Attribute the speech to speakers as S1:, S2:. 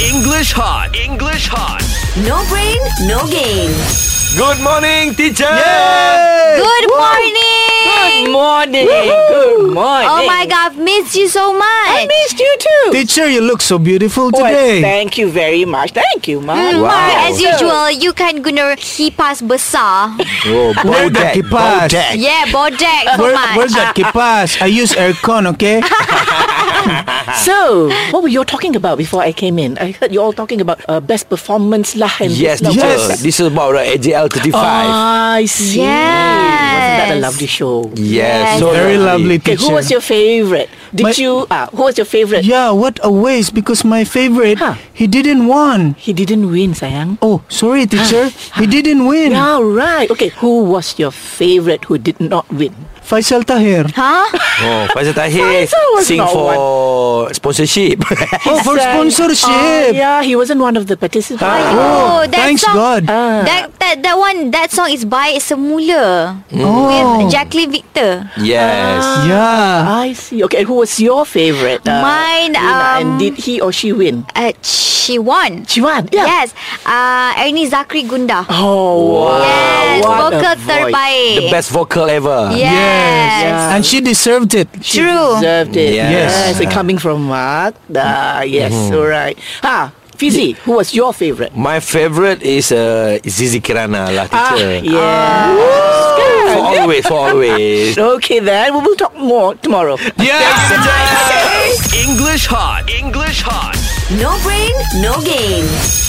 S1: English hot. English hot.
S2: No brain, no game.
S1: Good morning, teacher.
S2: Good morning.
S3: Good morning. Good morning.
S2: Oh my god, I've missed you so
S3: I
S2: much.
S3: missed you too.
S4: Teacher, you look so beautiful
S3: Well,
S4: today.
S3: thank you very much. Thank you,
S2: Mm,
S3: Mom.
S2: but As usual, you can gonna kipas besar.
S1: Oh,
S4: Where the kipas?
S2: yeah, bodek so
S4: Where,
S2: much.
S4: where's that kipas? I use aircon, okay?
S3: So, what were you all talking about before I came in? I heard you all talking about uh, best performance lah. And
S1: Yes,
S3: this
S1: teacher.
S3: lah.
S4: Yes.
S1: This is about the AJL 35.
S3: Ah, I see. Wasn't that a
S2: Yes.
S3: lovely show?
S1: yes.
S2: Yes.
S1: So
S4: Very lovely
S3: Okay,
S4: teacher.
S3: who was your favorite? Did
S4: My-
S3: you? Ah, who was your favorite?
S4: Yeah, what a waste because my favorite,
S3: Huh.
S4: he didn't win.
S3: He didn't win, sayang.
S4: Oh, sorry teacher, he didn't win.
S3: Yeah, right. Okay, who was your favorite who did not win?
S4: Faisal Tahir.
S2: Huh?
S1: Oh, Faisal Tahir
S3: Faisal was
S1: sing
S3: not
S1: for sponsorship.
S4: Oh, for
S3: Sang-
S4: sponsorship.
S3: Ah, yeah, he wasn't one of the participants.
S2: Oh, that
S4: Thanks
S2: song,
S4: God.
S2: That, that that one that song is by Semula
S4: Oh.
S2: with Jacqueline Victor.
S1: yes.
S4: Ah. Yeah.
S3: I see. Okay, and who was your favorite? uh,
S2: Mine,
S3: Lina?
S2: um,
S3: and did he or she win?
S2: Uh, she won.
S3: She won. Yeah.
S2: Yes, uh, Ernie Zakri Gunda.
S3: Oh wow!
S2: yes,
S3: what
S2: vocal
S3: a voice.
S2: terbaik.
S1: The best vocal ever.
S2: Yes.
S3: Yeah.
S4: And she deserved it.
S3: She
S2: True.
S3: deserved it.
S1: Yes.
S3: yes. and coming from Magda. Yes. All right. Ah, Fizi, who was your favorite?
S1: My favorite is uh, Zizi Kirana lah,
S3: Ah,
S1: teacher.
S2: Ah.
S3: yeah.
S1: For always, for always.
S3: Okay then, we will talk more tomorrow.
S1: Yeah. English hot. English hot.
S2: No brain, no game.